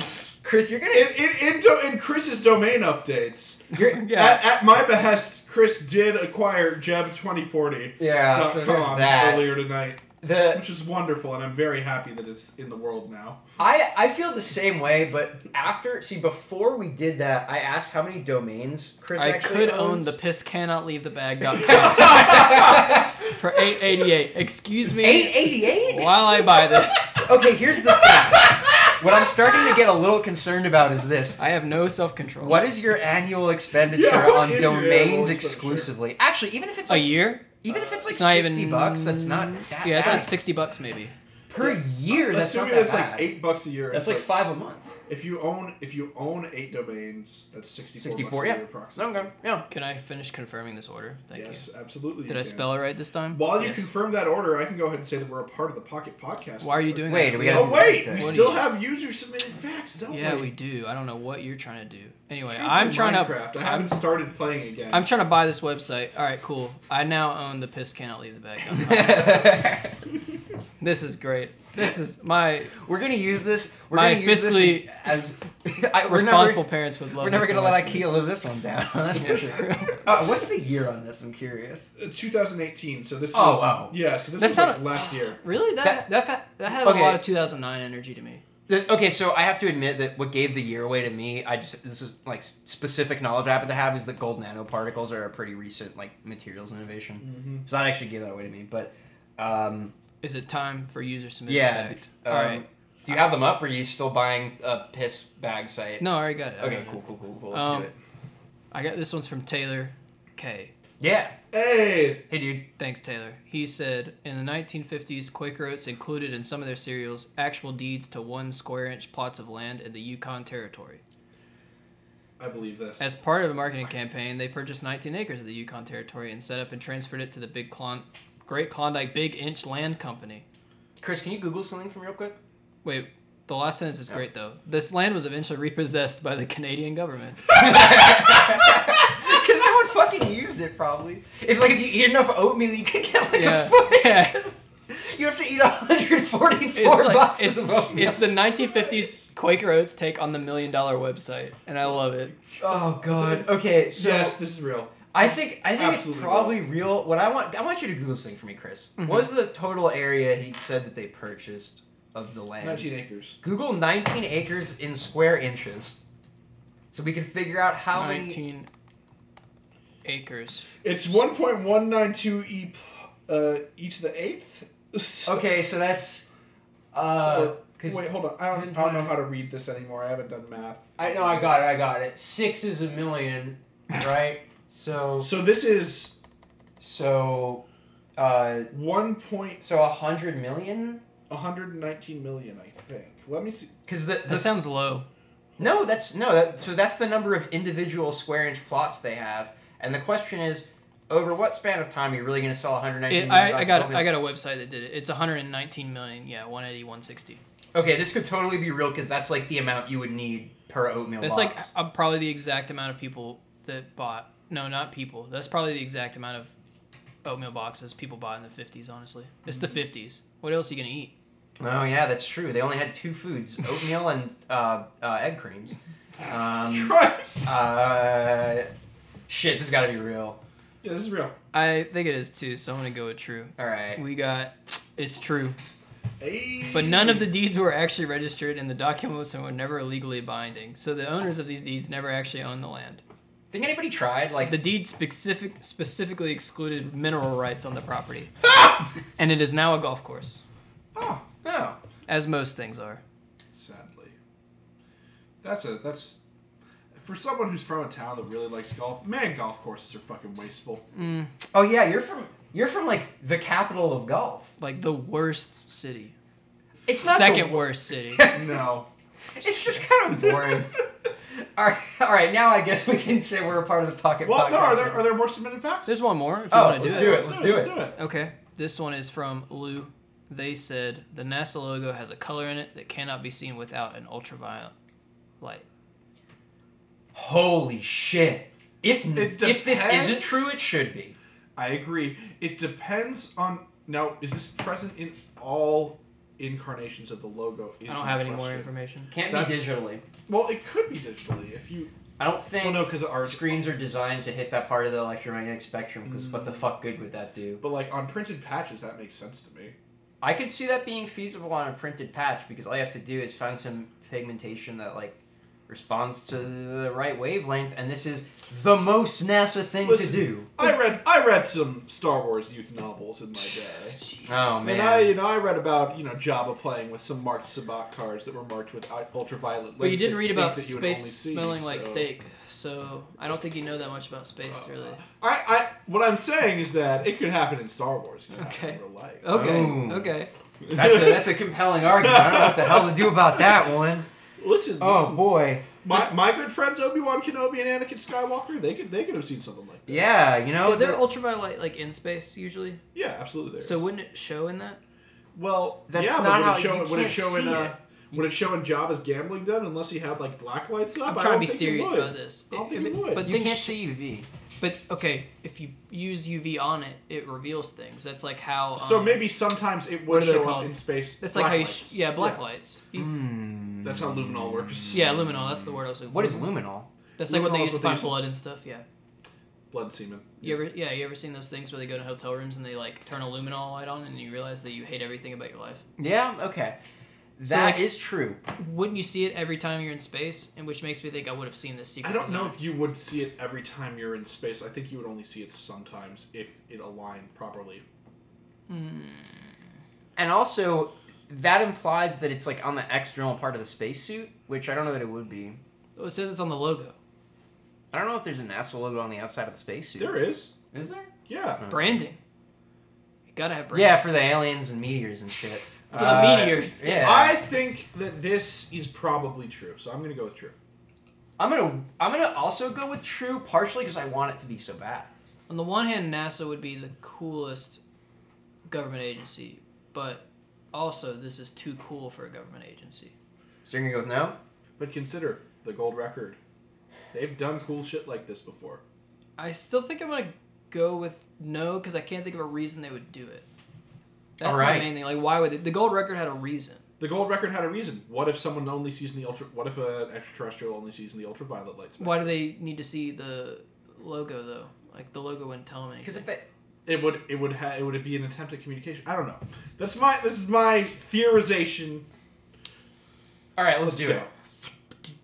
Chris, you're gonna. in, in, in, do- in Chris's domain updates, You're, Yeah. at, at my behest, Chris did acquire Jeb2040. yeah. dot So there's com that. earlier tonight, The which is wonderful, and I'm very happy that it's in the world now. I I feel the same way, but after see before we did that, I asked how many domains Chris I actually could owns. own the piss cannot leave the bag.com for 888. Excuse me. Eight eighty eight. While I buy this, Okay, here's the thing. what I'm starting to get a little concerned about is this. I have no self control. What is your annual expenditure Yeah, what on is your annual domains expenditure? exclusively? Actually, even if it's a like, year? even if it's like It's not sixty even- bucks, that's not that Yeah, it's bad. like 60 bucks maybe. per year. That's Assuming not that that's bad. like eight bucks a year. That's it's like five a month. If you own if you own eight domains, that's sixty four. 64, bucks a yeah. year approximately. Yeah. Can I finish confirming this order? Thank yes, you. absolutely. Did I spell it right this time? While you Yes. confirm that order, I can go ahead and say that we're a part of the Pocket Podcast. Why are you Network. doing Wait, that? do we gotta Oh do wait, What we do you- still have user submitted facts, don't Yeah, we? we do. I don't know what you're trying to do. Anyway, Freaking I'm trying Minecraft. to. I I'm, haven't started playing again. I'm trying to buy this website. All right, cool. I now own the piss cannot leave the bag. this is great. This is my We're gonna use this. We're My gonna use this fiscally as I, we're responsible Never, parents would love. we're never me so gonna let much. IKEA live this one down. That's for Yeah. sure. Uh, what's the year on this? I'm curious. Uh, 2018. So this. Oh, was, wow. Yeah, so this That was sounded- like last year. Really, that That- that fa- that had Okay. a lot of 2009 energy to me. The- Okay, so I have to admit that what gave the year away to me, I just this is like s- specific knowledge I happen to have is that gold nanoparticles are a pretty recent like materials innovation. So that actually gave that away to me. But um, Is it time for user submitted yeah, fact? um, all right. Do you have them up, or are you still buying a piss bag site? No, I already got it. I Okay, got it. cool, cool, cool, cool. Let's Um, do it. I got this one's from Taylor K. Yeah. Hey, Hey, dude. Thanks, Taylor. He said, in the 1950s, Quaker Oats included in some of their cereals actual deeds to one square inch plots of land in the Yukon Territory. I believe this. As part of a marketing campaign, they purchased 19 acres of the Yukon Territory and set up and transferred it to the Big Klon- Great Klondike Big Inch Land Company. Chris, can you Google something from real quick? Wait, the last sentence is great though. This land was eventually repossessed by the Canadian government. Because someone fucking used it probably. If like if you eat enough oatmeal, you could get like Yeah, a foot. yeah. You have to eat 144 It's like boxes it's, of oatmeal. it's the 1950s Quaker Oats take on the million dollar website, and I love it. oh god. Okay, so yes, this is real. I think I think Absolutely it's probably real. What I want I want you to Google something for me, Chris. Mm-hmm. What was the total area he said that they purchased of the land? 19 acres. Google 19 acres in square inches, so we can figure out how many. 19 acres. It's 1.192 e, p- uh, e to the eighth. So- Okay, so that's. Uh, Or- 'cause- wait, hold on. I don't, I don't know how to read this anymore. I haven't done math. I know I got it. I got it. Six is a million, right? so So this is so, uh, 1.119 so a hundred million. million, I think. Let me see. Because the, the That sounds low. No, that's no. That, so that's the number of individual square inch plots they have, and the question is, over what span of time are you really going to sell 190 It, million? I, I boxes got of I oatmeal? got a website that did it. It's 119 million. Yeah, 180, 160. Okay, this could totally be real because that's like the amount you would need per oatmeal. That's like box. uh, probably the exact amount of people that bought. No, not people. That's probably the exact amount of oatmeal boxes people bought in the 50s. Honestly, it's the 50s. What else are you gonna eat? Oh yeah, that's true. They only had two foods: oatmeal and uh, uh, egg creams. Um, Christ! uh, shit, this has got to be real. yeah, this is real. I think it is too. So I'm gonna go with true. All right. We got it's true, Hey. but none of the deeds were actually registered, and the documents were never legally binding. So the owners of these deeds never actually owned the land. Think anybody tried like The deed specific specifically excluded mineral rights on the property, and it is now a golf course, Ah, no? as most things are. sadly. That's a. That's. For someone who's from a town that really likes golf, man, golf courses are fucking wasteful. Oh yeah, you're from you're from like the capital of golf. Like the worst city, It's not the second worst city. No. It's just kind of boring. all, right, all right, now I guess we can say we're a part of the Pocket Well, Podcast. no, are there, are there more submitted facts? There's one more if you Oh, want to let's do, do it. it. let's do Let's do it. Okay, this one is from Lou. They said the NASA logo has a color in it that cannot be seen without an ultraviolet light. Holy shit. If, It if this isn't depends. true, it should be. I agree. It depends on now. Is this present in all incarnations of the logo? Is I don't the have any more question. information. Can't That's- digitally. Well, it could be digitally if you. I don't think Well, no, because our screens are designed to hit that part of the electromagnetic spectrum, because what the fuck good would that do? But like on printed patches, that makes sense to me. I could see that being feasible on a printed patch, because all you have to do is find some pigmentation that, like, responds to the right wavelength, and this is the most NASA thing to Listen, do. I read I read some Star Wars youth novels in my day, Oh, man. and I you know I read about you know Jabba playing with some marked Sabat cards that were marked with ul- ultraviolet. But you light didn't that- read ink about that you would only space see, smelling like so- steak, so I don't think you know that much about space, Uh, really. I, I what I'm saying is that it could happen in Star Wars. It could happen Okay. in real life. Okay, Oh. okay. That's a that's a compelling argument. I don't know what the hell to do about that one. Oh, listen. listen, boy. My, my good friends Obi Wan Kenobi and Anakin Skywalker, they could they could have seen something like that. Yeah, you know. Is there the- ultraviolet light like in space usually? Yeah, absolutely. There. So wouldn't it show in that? well, That's yeah, not but would how- it show, you would it can't show in see uh, would it show in Jabba's gambling den unless he had like black lights up? I'm I trying to don't be think it serious would. about this. I don't If- think if it it- would. But you things can't sh- see UV. But okay, if you use UV on it, it reveals things. That's like how. Um, so maybe sometimes it what would are they show up called? in space. That's like black how you. lights. Sh- yeah, black lights. You- Mm. That's how luminol works. Yeah, luminol. That's the word I was looking Hmm. What for. is luminol? That's like what Luminol they use is to what they find use- blood and stuff. Yeah. Blood semen. You ever yeah you ever seen those things where they go to hotel rooms and they like turn a luminol light on and you realize that you hate everything about your life? Yeah. Okay. That is like- true. Wouldn't you see it every time you're in space? And which makes me think I would have seen this secret. I don't know design. if you would see it every time you're in space. I think you would only see it sometimes if it aligned properly. And also, that implies that it's like on the external part of the spacesuit, which I don't know that it would be. Oh, it says it's on the logo. I don't know if there's a NASA logo on the outside of the spacesuit. There is. Is there? Yeah. Branding. You gotta have branding. Oh. Yeah, for the aliens and meteors and shit. Uh, For the meteors. Yeah. I think that this is probably true, so I'm gonna go with true. I'm gonna I'm gonna also go with true, partially because I want it to be so bad. On the one hand, NASA would be the coolest government agency, but also this is too cool for a government agency. So you're gonna go with no? But consider the gold record. They've done cool shit like this before. I still think I'm gonna go with no because I can't think of a reason they would do it. That's my Alright. main thing. Like, why would they, the gold record had a reason? The gold record had a reason. What if someone only sees in the ultra? What if an extraterrestrial only sees in the ultraviolet light spectrum? Why do they need to see the logo though? Like the logo wouldn't tell them anything. Because if they It would. It would. Ha- it would be an attempt at communication. I don't know. That's my. This is my theorization. all right, let's, do go.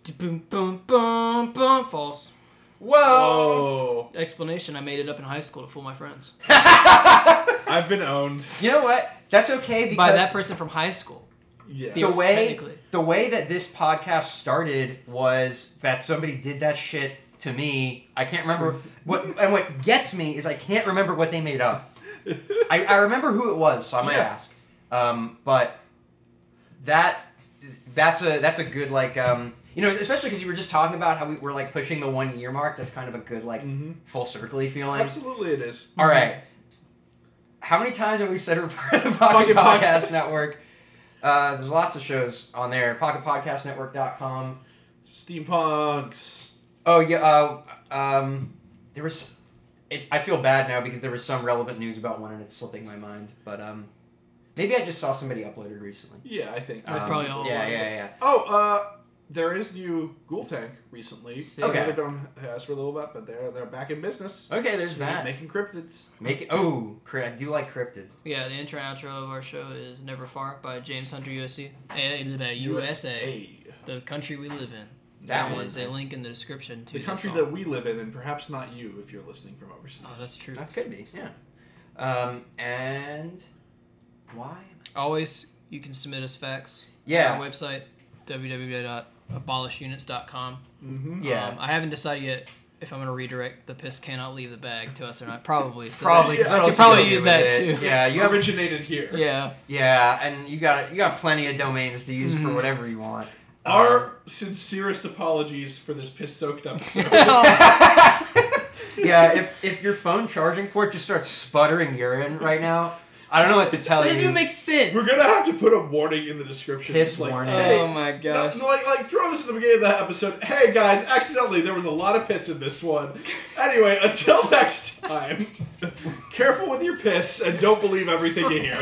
it. boom, boom, boom, boom, false. Whoa! Whoa! Explanation: I made it up in high school to fool my friends. I've been owned. You know what? That's okay because By that person from high school. Yeah. the way Technically. the way that this podcast started was that somebody did that shit to me. I can't remember what and what gets me is I can't remember what they made up. I, I remember who it was, so I might Yeah. ask. Um, but that that's a that's a good like um, you know especially because you were just talking about how we were like pushing the one year mark. That's kind of a good like Mhm. full circly feeling. Absolutely, it is. All right. How many times have we said we're part of the Pocket Pocket, Podcast, Podcast. Network? Uh, there's lots of shows on there. PocketPodcastNetwork.com. Steampunks. Oh yeah. Uh, um, there was. It, I feel bad now because there was some relevant news about one and it's slipping my mind. But um, maybe I just saw somebody uploaded recently. Yeah, I think. That's Um, probably all. Yeah, yeah, yeah. Oh, uh, there is new Ghoul Tank recently. Sick. They Okay. have been has for a little bit, but they're they're back in business. Okay, there's that. Making cryptids. Make it. Oh, cri- I do like cryptids. Yeah, the intro and outro of our show is Never Far by James Hunter USC. Eh, the USA. The country we live in. That There one. is a link in the description to The this country song. that we live in, and perhaps not you if you're listening from overseas. Oh, that's true. That could be. Yeah. Um, and why? Always, you can submit us facts. Yeah. On our website, www.abolishunits.com. Mm-hmm. Yeah. Um, I haven't decided yet if I'm going to redirect the piss cannot leave the bag to us or not. Probably. So Probably, Yeah, because I I could do probably use that too. Yeah, you have, originated here. Yeah. yeah, and you got you got plenty of domains to use for whatever you want. Um, Uh, Our sincerest apologies for this piss soaked episode. yeah, if if your phone charging port just starts sputtering urine right now, I don't know what to tell That you. doesn't even make sense. We're gonna have to put a warning in the description. Piss like, warning. Hey, Oh my no, gosh. no, like, like, throw this at the beginning of the episode. Hey guys, accidentally, there was a lot of piss in this one. Anyway, until next time, careful with your piss and don't believe everything you hear.